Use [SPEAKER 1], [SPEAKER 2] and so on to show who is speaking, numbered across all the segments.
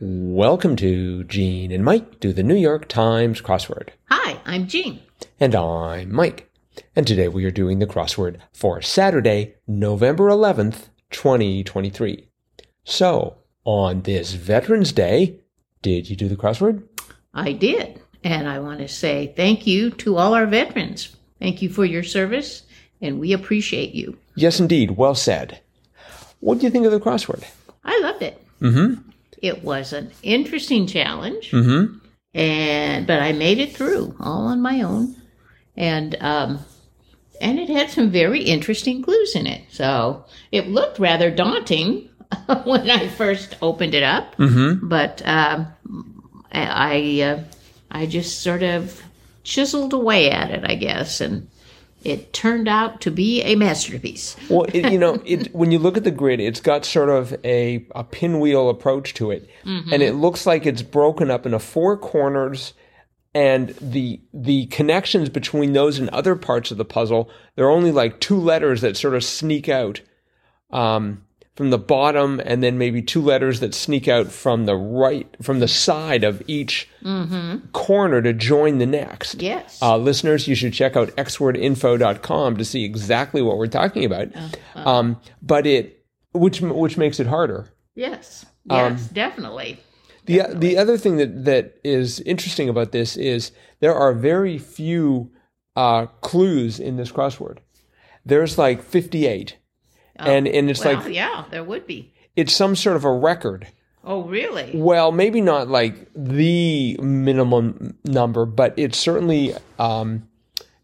[SPEAKER 1] Welcome to Gene and Mike do the New York Times crossword.
[SPEAKER 2] Hi, I'm Jean.
[SPEAKER 1] And I'm Mike. And today we are doing the crossword for Saturday, November 11th, 2023. So, on this Veterans Day, did you do the crossword?
[SPEAKER 2] I did. And I want to say thank you to all our veterans. Thank you for your service, and we appreciate you.
[SPEAKER 1] Yes, indeed. Well said. What do you think of the crossword?
[SPEAKER 2] I loved it.
[SPEAKER 1] Mm
[SPEAKER 2] It was an interesting challenge,
[SPEAKER 1] hmm. Mm
[SPEAKER 2] and but I made it through all on my own, and um, and it had some very interesting clues in it. So it looked rather daunting when I first opened it up,
[SPEAKER 1] hmm. Mm hmm.
[SPEAKER 2] but um, I I, uh, I just sort of chiseled away at it, I guess, and it turned out to be a masterpiece.
[SPEAKER 1] Well, it, you know, it, when you look at the grid, it's got sort of a, a pinwheel approach to it, and it looks like it's broken up into four corners, and the the connections between those and other parts of the puzzle. There are only like two letters that sort of sneak out um, from the bottom, and then maybe two letters that sneak out from the right from the side of each corner to join the next.
[SPEAKER 2] Yes.
[SPEAKER 1] Uh, listeners, you should check out xwordinfo.com to see exactly what we're talking about. um, but it, which which makes it harder.
[SPEAKER 2] Yes. Yes, definitely.
[SPEAKER 1] The the other thing that that is interesting about this is there are very few uh, clues in this crossword. There's like 58, and and it's
[SPEAKER 2] Oh, Well,
[SPEAKER 1] like
[SPEAKER 2] yeah, there would be.
[SPEAKER 1] it's some sort of a record.
[SPEAKER 2] Oh, really?
[SPEAKER 1] Well, maybe not like the minimum number, but it's certainly um,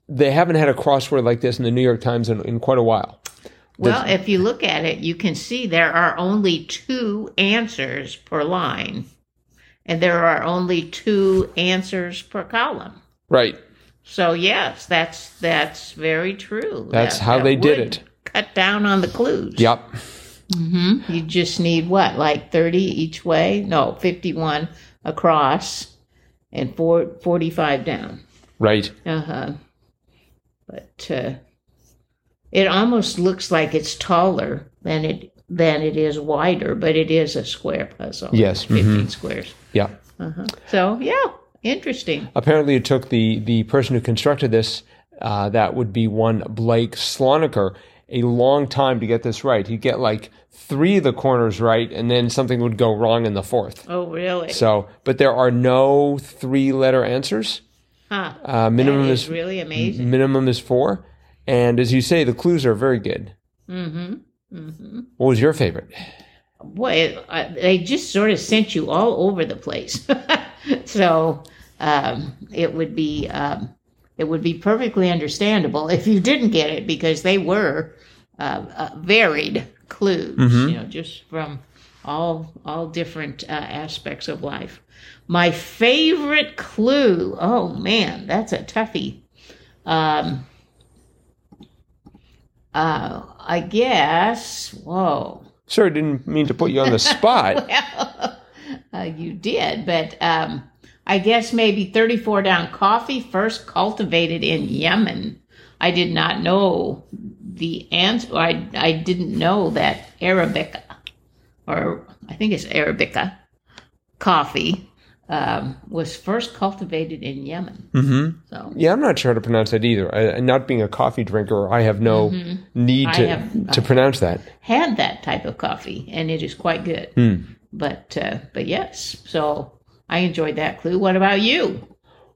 [SPEAKER 1] they haven't had a crossword like this in the New York Times in, in quite a while.
[SPEAKER 2] Well, if you look at it, you can see there are only two answers per line, and there are only two answers per column.
[SPEAKER 1] Right.
[SPEAKER 2] So yes, that's that's very true.
[SPEAKER 1] That's how they did
[SPEAKER 2] would
[SPEAKER 1] it.
[SPEAKER 2] Cut down on the clues.
[SPEAKER 1] Yep.
[SPEAKER 2] Mm-hmm. You just need what, like thirty each way? No, fifty-one across, and four, 45 down.
[SPEAKER 1] Right.
[SPEAKER 2] Uh huh. But uh, it almost looks like it's taller than it than it is wider, but it is a square puzzle.
[SPEAKER 1] Yes,
[SPEAKER 2] 15
[SPEAKER 1] mhm.
[SPEAKER 2] squares.
[SPEAKER 1] Yeah.
[SPEAKER 2] So yeah, interesting.
[SPEAKER 1] Apparently, it took the the person who constructed this. Uh, that would be one Blake Sloniker. A long time to get this right. He'd get like three of the corners right, and then something would go wrong in the fourth.
[SPEAKER 2] Oh really?
[SPEAKER 1] So, but there are no three letter answers.
[SPEAKER 2] huh.
[SPEAKER 1] Uh,
[SPEAKER 2] That
[SPEAKER 1] minimum
[SPEAKER 2] is
[SPEAKER 1] is
[SPEAKER 2] really amazing.
[SPEAKER 1] minimum is four, and as you say, the clues are very good.
[SPEAKER 2] Mm-hmm.
[SPEAKER 1] What was your favorite?
[SPEAKER 2] boy, it, I, they just sort of sent you all over the place. so um, it would be um, it would be perfectly understandable if you didn't get it because they were uh, uh, varied clues, you know, just from all all different uh, aspects of life. My favorite clue. Oh man, that's a toughie. Um, uh, I guess. Whoa.
[SPEAKER 1] Sorry, didn't mean to put you on the spot.
[SPEAKER 2] Uh, you did, but um, I guess maybe 34 down coffee first cultivated in Yemen. I did not know the answer. I, I didn't know that Arabica, or I think it's Arabica, coffee um, was first cultivated in Yemen.
[SPEAKER 1] mm-hmm.
[SPEAKER 2] So
[SPEAKER 1] Yeah, I'm not sure how to pronounce that either. I, and not being a coffee drinker, I have no need
[SPEAKER 2] Mm-hmm. I
[SPEAKER 1] to
[SPEAKER 2] have- uh,
[SPEAKER 1] to pronounce that.
[SPEAKER 2] had that type of coffee, and it is quite good. But uh, but yes, so I enjoyed that clue. What about you?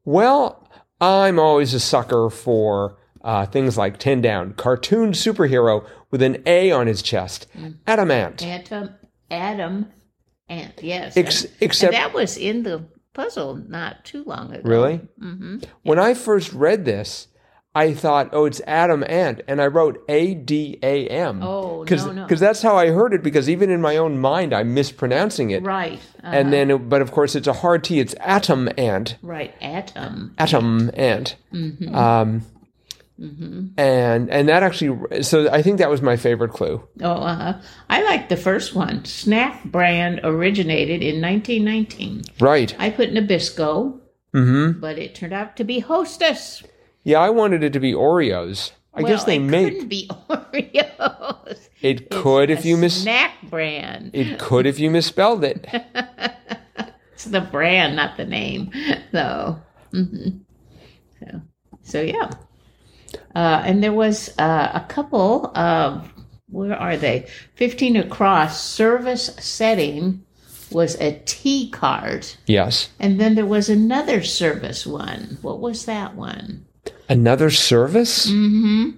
[SPEAKER 1] Well, I'm always a sucker for uh, things like ten down, cartoon superhero with an A on his chest,
[SPEAKER 2] Mm.
[SPEAKER 1] adamant.
[SPEAKER 2] Adam, Adam, and yes.
[SPEAKER 1] Ex-
[SPEAKER 2] and
[SPEAKER 1] except
[SPEAKER 2] that was in the puzzle not too long ago.
[SPEAKER 1] really.
[SPEAKER 2] hmm
[SPEAKER 1] When I first read this, I thought, oh, it's Adam and, and I wrote A D A M.
[SPEAKER 2] Oh,
[SPEAKER 1] Cause,
[SPEAKER 2] no, no.
[SPEAKER 1] 'cause that's how I heard it, because even in my own mind, I'm mispronouncing it.
[SPEAKER 2] Right. Uh,
[SPEAKER 1] And then, it- but of course, it's a hard T, it's atom and,
[SPEAKER 2] right. Atom.
[SPEAKER 1] atom and.
[SPEAKER 2] Mm-hmm.
[SPEAKER 1] Um, And and that actually, so I think that was my favorite clue.
[SPEAKER 2] Oh, uh, I like the first one. Snack brand originated in 1919.
[SPEAKER 1] Right.
[SPEAKER 2] I put Nabisco,
[SPEAKER 1] Mm-hmm.
[SPEAKER 2] but it turned out to be Hostess.
[SPEAKER 1] Yeah, I wanted it to be Oreos. I guess
[SPEAKER 2] Well,
[SPEAKER 1] they
[SPEAKER 2] it
[SPEAKER 1] make
[SPEAKER 2] couldn't be Oreos.
[SPEAKER 1] it could
[SPEAKER 2] It's
[SPEAKER 1] if
[SPEAKER 2] a
[SPEAKER 1] you mis
[SPEAKER 2] snack brand.
[SPEAKER 1] it could if you misspelled it.
[SPEAKER 2] it's the brand, not the name, though. hmm So, so yeah. Uh, and there was uh, a couple of where are they? Fifteen across service setting was a T card,
[SPEAKER 1] Yes.
[SPEAKER 2] and then there was another service one. What was that one?
[SPEAKER 1] Another service?
[SPEAKER 2] Mm-hmm.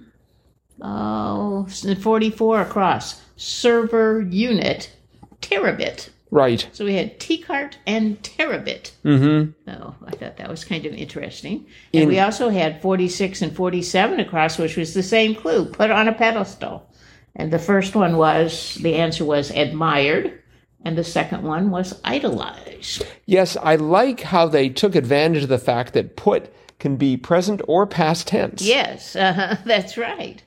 [SPEAKER 2] Oh, s- 44 across. Server unit, terabit.
[SPEAKER 1] Right.
[SPEAKER 2] So we had T-cart and terabit.
[SPEAKER 1] Mm-hmm.
[SPEAKER 2] So I thought that was kind of interesting. And we also had 46 and 47 across, which was the same clue, put on a pedestal. And the first one was, the answer was admired. And the second one was idolized.
[SPEAKER 1] Yes, I like how they took advantage of the fact that put can be present or past tense.
[SPEAKER 2] Yes, uh that's right.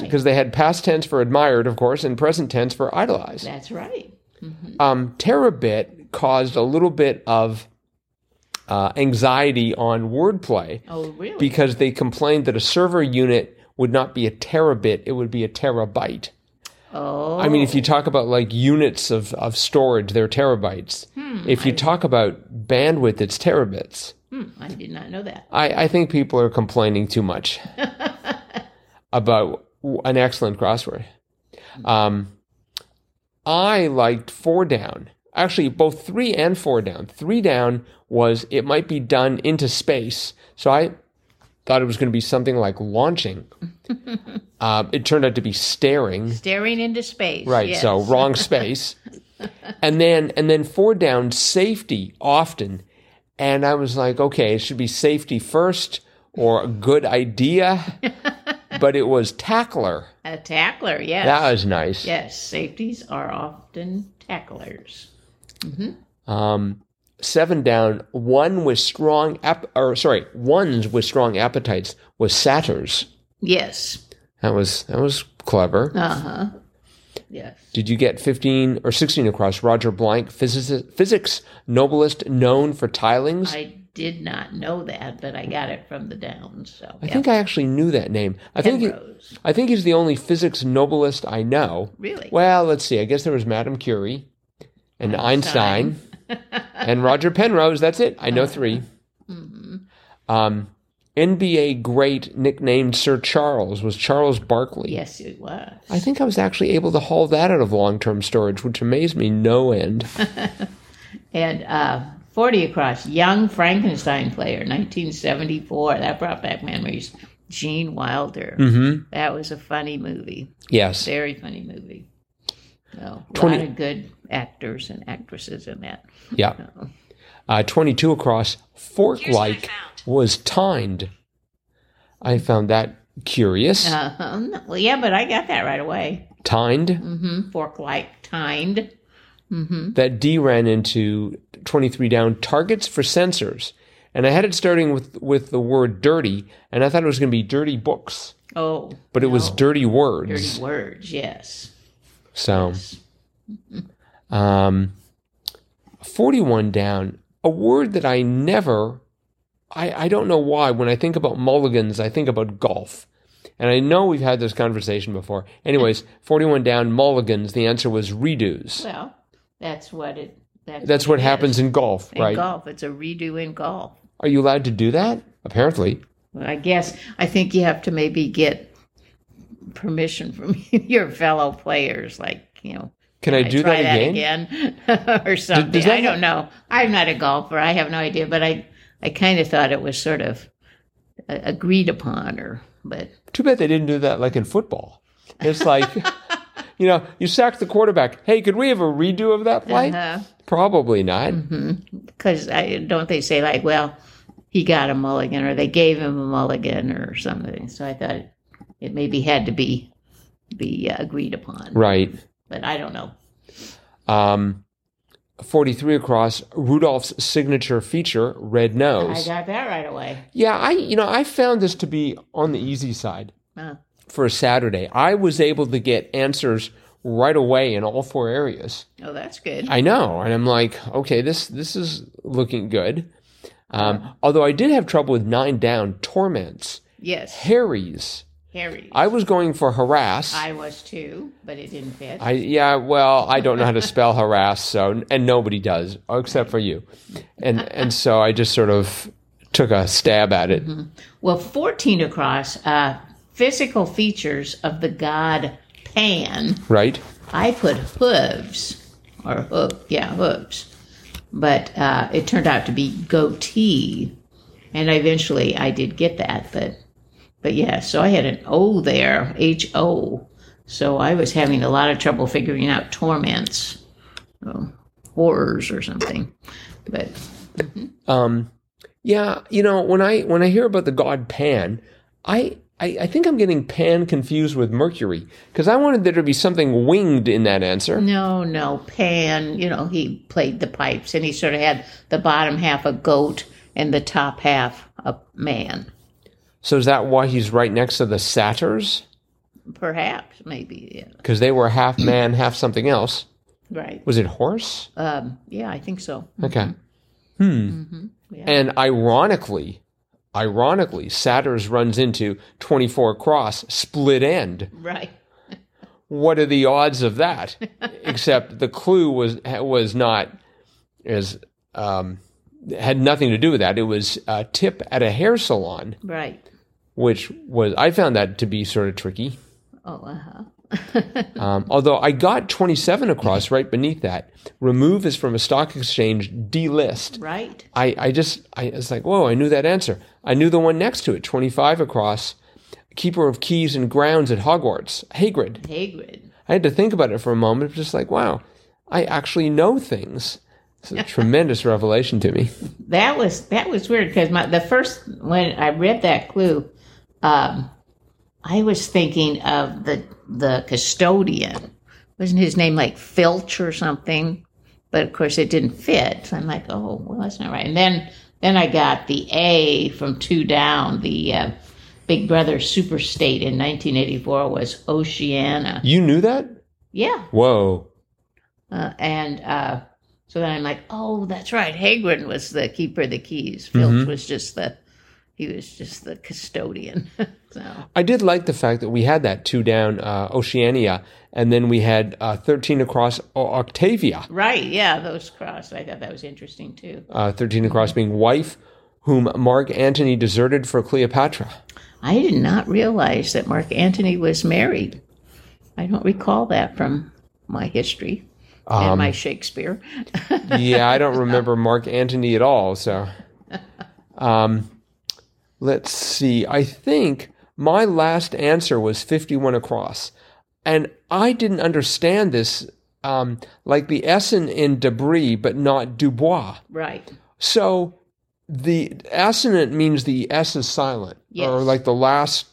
[SPEAKER 1] Because
[SPEAKER 2] right.
[SPEAKER 1] they had past tense for admired, of course, and present tense for idolized.
[SPEAKER 2] That's right.
[SPEAKER 1] um, terabit caused a little bit of uh, anxiety on wordplay
[SPEAKER 2] Oh, really?
[SPEAKER 1] because they complained that a server unit would not be a terabit, it would be a terabyte.
[SPEAKER 2] oh,
[SPEAKER 1] I mean, if you talk about like units of, of storage, they're terabytes. if you talk about bandwidth, it's terabits.
[SPEAKER 2] hmm, I did not know that.
[SPEAKER 1] I, I think people are complaining too much about w- an excellent crossword. Um, I liked four down. Actually, both three and four down. Three down was it might be done into space. So I thought it was going to be something like launching. uh, it turned out to be staring.
[SPEAKER 2] Staring into space.
[SPEAKER 1] Right.
[SPEAKER 2] yes.
[SPEAKER 1] So wrong space. and then and then four down safety often. And I was like, okay, it should be safety first or a good idea. but it was tackler.
[SPEAKER 2] A tackler, yes.
[SPEAKER 1] That was nice.
[SPEAKER 2] Yes, safeties are often tacklers.
[SPEAKER 1] Um seven down, one with strong app or sorry, ones with strong appetites was satyrs.
[SPEAKER 2] Yes.
[SPEAKER 1] That was that was clever.
[SPEAKER 2] Uh huh. Yes.
[SPEAKER 1] Did you get 15 or 16 across Roger Blank, physics, physics noblest known for tilings?
[SPEAKER 2] I did not know that, but I got it from the Downs. So
[SPEAKER 1] I think I actually knew that name. I think he-
[SPEAKER 2] Penrose.
[SPEAKER 1] I think he's the only physics Nobelist I know.
[SPEAKER 2] Really?
[SPEAKER 1] Well, let's see. I guess there was Madame Curie and Einstein, and Roger Penrose. That's it. I know 3
[SPEAKER 2] Mm-hmm.
[SPEAKER 1] Um, NBA great nicknamed Sir Charles was Charles Barkley.
[SPEAKER 2] yes, it was.
[SPEAKER 1] I think I was actually able to haul that out of long-term storage, which amazed me no end.
[SPEAKER 2] And uh, 40 across, young Frankenstein player, 1974. That brought back memories. Gene Wilder. Mm-hmm. That was a funny movie.
[SPEAKER 1] Yes.
[SPEAKER 2] Very funny movie. So, a
[SPEAKER 1] 20
[SPEAKER 2] lot of good actors and actresses in that.
[SPEAKER 1] Yeah. Uh, 22 across, fork like was tined. I found that curious.
[SPEAKER 2] Uh-huh. Well, yeah, but I got that right away.
[SPEAKER 1] Tined.
[SPEAKER 2] hmm Fork like timed.
[SPEAKER 1] That D ran into 23 down targets for sensors. And I had it starting with, with the word dirty, and I thought it was going to be dirty books,
[SPEAKER 2] Oh,
[SPEAKER 1] but it was
[SPEAKER 2] no.
[SPEAKER 1] dirty words.
[SPEAKER 2] dirty words. Yes.
[SPEAKER 1] So, um, 41 down, a word that I never, I, I don't know why, when I think about mulligans, I think about golf. And I know we've had this conversation before. Anyways, 41 down, mulligans, the answer was redos.
[SPEAKER 2] Well, that's what it. That's,
[SPEAKER 1] That's what happens in golf,
[SPEAKER 2] in
[SPEAKER 1] right?
[SPEAKER 2] golf. It's a redo in golf.
[SPEAKER 1] Are you allowed to do that? Apparently.
[SPEAKER 2] Well, I guess I think you have to maybe get permission from your fellow players, like you know.
[SPEAKER 1] Can I do that
[SPEAKER 2] try
[SPEAKER 1] again?
[SPEAKER 2] again? or something?
[SPEAKER 1] does that
[SPEAKER 2] I don't know. I'm not a golfer. I have no idea, but I I kind of thought it was sort of uh, agreed upon, or but
[SPEAKER 1] Too bad they didn't do that like in football. It's like, you know, you sack the quarterback. Hey, could we have a redo of that play?
[SPEAKER 2] uh,
[SPEAKER 1] Probably not.
[SPEAKER 2] because I don't they say like, well, he got a mulligan or they gave him a mulligan or something. So I thought it, it maybe had to be be uh, agreed upon,
[SPEAKER 1] Right.
[SPEAKER 2] but I don't know.
[SPEAKER 1] Um, 43 across, Rudolph's signature feature, red
[SPEAKER 2] I
[SPEAKER 1] nose.
[SPEAKER 2] got that right away.
[SPEAKER 1] yeah, I, you know, I found this to be on the easy side
[SPEAKER 2] Huh.
[SPEAKER 1] for a Saturday. I was able to get answers right away in all four areas.
[SPEAKER 2] Oh, that's good.
[SPEAKER 1] I know. And I'm like, okay, this, this is looking good. Um, although I did have trouble with nine down, torments,
[SPEAKER 2] yes.
[SPEAKER 1] harries,
[SPEAKER 2] Harry.
[SPEAKER 1] I was going for harass.
[SPEAKER 2] I was too, but it didn't fit.
[SPEAKER 1] I yeah, well, I don't know how to spell harass, so and nobody does except for you, and and so I just sort of took a stab at it.
[SPEAKER 2] well, 14 across, uh, physical features of the god Pan.
[SPEAKER 1] Right?
[SPEAKER 2] I put hooves, or hoof, yeah, hooves. But uh, it turned out to be goatee. And eventually I did get that. But, but yeah, so I had an O there, H O. So I was having a lot of trouble figuring out torments, um, horrors or something. But
[SPEAKER 1] Yeah, you know when I when I hear about the god Pan, I. I, I think I'm getting Pan confused with Mercury because I wanted there to be something winged in that answer.
[SPEAKER 2] No, no, Pan, you know, he played the pipes and he sort of had the bottom half a goat and the top half a man.
[SPEAKER 1] So is that why he's right next to the satyrs?
[SPEAKER 2] Perhaps, maybe, yeah.
[SPEAKER 1] Because they were half man, half something else.
[SPEAKER 2] Right.
[SPEAKER 1] Was it horse?
[SPEAKER 2] Um, yeah, I think so.
[SPEAKER 1] Okay. Hmm. And ironically, ironically, Satyrs runs into 24 cross split end.
[SPEAKER 2] Right.
[SPEAKER 1] What are the odds of that? Except the clue was was not as um, had nothing to do with that. It was a tip at a hair salon,
[SPEAKER 2] Right.
[SPEAKER 1] which was I found that to be sort of tricky.
[SPEAKER 2] Oh, uh-huh.
[SPEAKER 1] Um, although I got 27 across right beneath that. Remove is from a stock exchange delist.
[SPEAKER 2] Right.
[SPEAKER 1] I, I just, I it's like, whoa, I knew that answer. I knew the one next to it, 25 across, keeper of keys and grounds at Hogwarts, Hagrid.
[SPEAKER 2] Hagrid.
[SPEAKER 1] I had to think about it for a moment, but just like, wow, I actually know things. It's a tremendous revelation to me.
[SPEAKER 2] That was that was weird because my the first when I read that clue, um, I was thinking of the the custodian. Wasn't his name like Filch or something? But of course, it didn't fit. So I'm like, oh well, that's not right. And then then I got the A from two down. The uh, Big Brother Super State in 1984 was Oceana.
[SPEAKER 1] You knew that?
[SPEAKER 2] Yeah,
[SPEAKER 1] Whoa.
[SPEAKER 2] uh, and uh, so then I'm like, oh, that's right. Hagrid was the keeper of the keys. Filch was just the he was just the custodian. so
[SPEAKER 1] I did like the fact that we had that two down uh, Oceania, and then we had uh, 13 across O- Octavia.
[SPEAKER 2] right, yeah, those crossed. I thought that was interesting too.
[SPEAKER 1] uh, 13 across being wife, whom Mark Antony deserted for Cleopatra.
[SPEAKER 2] I did not realize that Mark Antony was married. I don't recall that from my history and my Shakespeare.
[SPEAKER 1] Yeah, I don't remember Mark Antony at all. So, um, let's see. I think my last answer was 51 across. And I didn't understand this, um, like the S in, in debris, but not Dubois.
[SPEAKER 2] right.
[SPEAKER 1] So the assonant means the S is silent, or
[SPEAKER 2] Yes.
[SPEAKER 1] like the last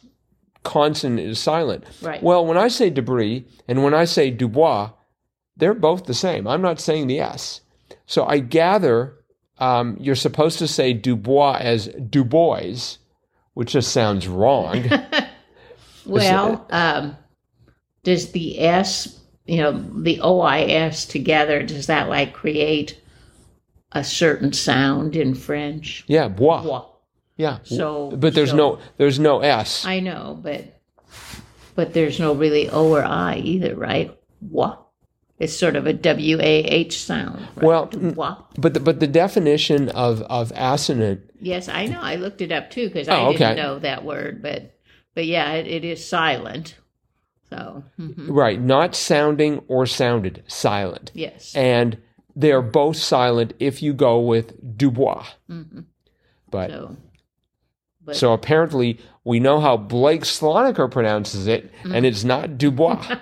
[SPEAKER 1] consonant is silent.
[SPEAKER 2] Right.
[SPEAKER 1] Well, when I say debris and when I say Dubois, they're both the same. I'm not saying the S. So I gather um, you're supposed to say Dubois as Du Bois, which just sounds wrong.
[SPEAKER 2] Well, um, does the S, you know, the OIS together, does that like create a certain sound in French?
[SPEAKER 1] yeah, Bois.
[SPEAKER 2] Bois.
[SPEAKER 1] Yeah.
[SPEAKER 2] So,
[SPEAKER 1] but there's
[SPEAKER 2] so-
[SPEAKER 1] no there's no S.
[SPEAKER 2] I know, but but there's no really O or I either, right? Wa. It's sort of a W A H sound. Right?
[SPEAKER 1] Well,
[SPEAKER 2] Wa.
[SPEAKER 1] but the, but the definition of of assonant
[SPEAKER 2] Yes, I know. I looked it up too because I
[SPEAKER 1] Oh,
[SPEAKER 2] didn't
[SPEAKER 1] okay.
[SPEAKER 2] know that word, but but yeah, it, it is silent. So mhm,
[SPEAKER 1] Right, not sounding or sounded, silent.
[SPEAKER 2] yes,
[SPEAKER 1] And they are both silent if you go with Dubois. But Mm-hmm. so,
[SPEAKER 2] so but-
[SPEAKER 1] apparently we know how Blake Sloniker pronounces it, and it's not Dubois.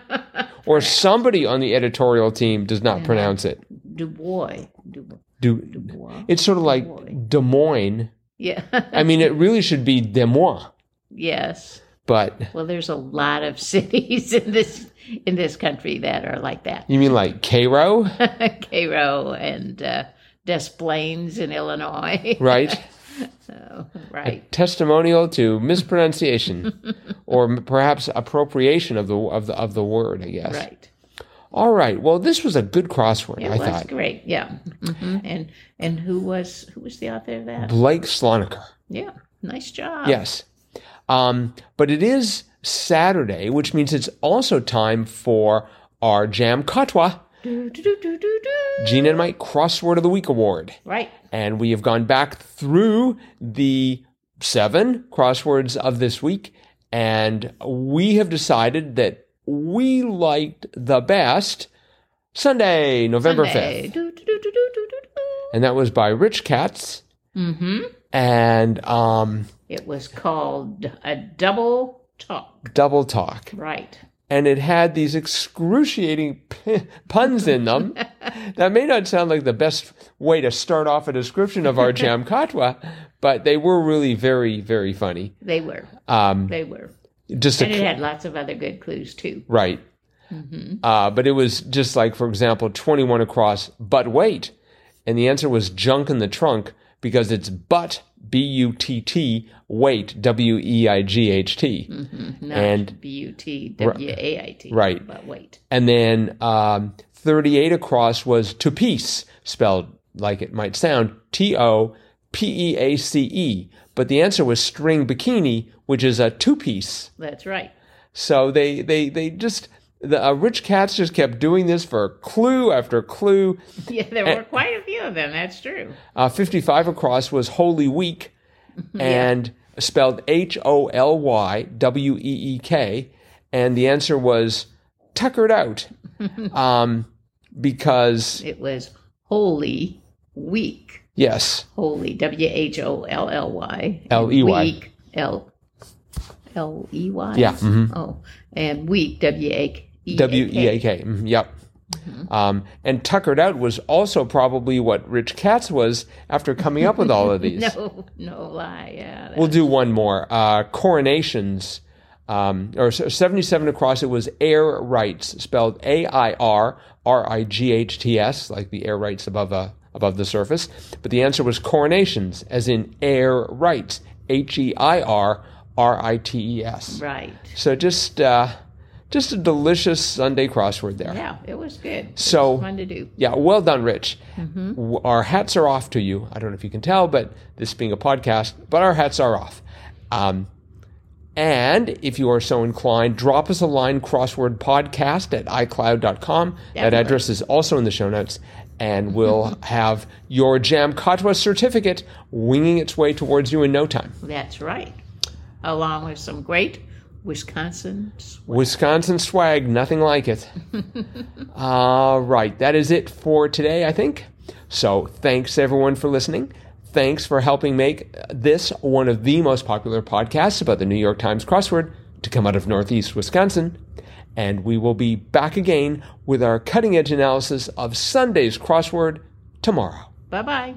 [SPEAKER 1] or somebody on the editorial team does not pronounce it.
[SPEAKER 2] Du Bois. Du Bois.
[SPEAKER 1] Du-
[SPEAKER 2] Bois.
[SPEAKER 1] it's sort of like Des Moines.
[SPEAKER 2] Yeah.
[SPEAKER 1] I mean, it really should be Des Moines,
[SPEAKER 2] yes.
[SPEAKER 1] but
[SPEAKER 2] Well, there's a lot of cities in this in this country that are like that.
[SPEAKER 1] you mean like Cairo,
[SPEAKER 2] Cairo and uh, Des Plaines in Illinois.
[SPEAKER 1] right?
[SPEAKER 2] So, right.
[SPEAKER 1] testimonial to mispronunciation or m- perhaps appropriation of the of the of the word i guess
[SPEAKER 2] Right.
[SPEAKER 1] all right well this was a good crossword i thought
[SPEAKER 2] Well,
[SPEAKER 1] Mm-hmm.
[SPEAKER 2] that's great. Yeah. Mhm. And and who was who was the author of that?
[SPEAKER 1] blake sloniker
[SPEAKER 2] Yeah. Nice job.
[SPEAKER 1] yes um, but it is Saturday, which means it's also time for our Jam Katwa,
[SPEAKER 2] Do, do, do, do, do, do.
[SPEAKER 1] Gene and Mike Crossword of the Week Award.
[SPEAKER 2] Right.
[SPEAKER 1] And we have gone back through the seven crosswords of this week, and we have decided that we liked the best Sunday, November
[SPEAKER 2] Sunday.
[SPEAKER 1] 5th.
[SPEAKER 2] Do, do, do, do, do, do, do.
[SPEAKER 1] And that was by Rich Katz.
[SPEAKER 2] Mm-hmm.
[SPEAKER 1] And um,
[SPEAKER 2] It was called a double talk.
[SPEAKER 1] double talk.
[SPEAKER 2] Right.
[SPEAKER 1] And it had these excruciating p- puns in them. that may not sound like the best way to start off a description of our Jam Katwa, but they were really very, very funny.
[SPEAKER 2] They were.
[SPEAKER 1] Um,
[SPEAKER 2] They were.
[SPEAKER 1] just a,
[SPEAKER 2] And it had lots of other good clues too.
[SPEAKER 1] right. Uh, but it was just like, for example, 21 across, but wait. And the answer was junk in the trunk because it's but, B U T T, wait, W E I G H T.
[SPEAKER 2] Not
[SPEAKER 1] And-
[SPEAKER 2] B U T W A I T.
[SPEAKER 1] Right.
[SPEAKER 2] But wait.
[SPEAKER 1] And then um, 38 across was to peace, spelled like it might sound T O P E A C E. But the answer was string bikini, which is a two piece.
[SPEAKER 2] That's right.
[SPEAKER 1] So they, they, they just, the uh, Rich Cats just kept doing this for clue after clue.
[SPEAKER 2] Yeah, there were
[SPEAKER 1] Eh.
[SPEAKER 2] quite a few of them. That's true.
[SPEAKER 1] Uh, 55 across was Holy Week and spelled H O L Y W E E K. And the answer was tuckered out um, because,
[SPEAKER 2] It was Holy Week.
[SPEAKER 1] yes,
[SPEAKER 2] Holy W H O L L Y.
[SPEAKER 1] L E Y.
[SPEAKER 2] Week. L L E Y.
[SPEAKER 1] Yeah, mhm.
[SPEAKER 2] Oh, and week W A Mm-hmm. E
[SPEAKER 1] W E A K. Mhm, Yep. Um, and tuckered out was also probably what Rich Katz was after coming up with all of these.
[SPEAKER 2] No, no lie. Yeah. that-
[SPEAKER 1] We'll do one more. Uh, coronations, um, or s- 77 across, it was air rights, spelled A I R R I G H T S, like the air rights above, uh, above the surface. But the answer was coronations, as in air rights, H E I R R I T E S.
[SPEAKER 2] right.
[SPEAKER 1] So just, uh, just a delicious Sunday crossword there.
[SPEAKER 2] Yeah, it was good. It was
[SPEAKER 1] So-
[SPEAKER 2] fun to do.
[SPEAKER 1] Yeah, well done, Rich. W Our hats are off to you. I don't know if you can tell, but this being a podcast, but our hats are off. Um, and if you are so inclined, drop us a line crossword podcast at iCloud.com. That
[SPEAKER 2] Definitely.
[SPEAKER 1] address is also in the show notes. And we'll have your Jam Katwa certificate winging its way towards you in no time.
[SPEAKER 2] That's right. Along with some great Wisconsin.
[SPEAKER 1] Wisconsin swag, nothing like it. All right, that is it for today, I think. So, thanks everyone for listening. Thanks for helping make this one of the most popular podcasts about the New York Times crossword to come out of Northeast Wisconsin. And we will be back again with our cutting edge analysis of Sunday's crossword tomorrow.
[SPEAKER 2] Bye bye.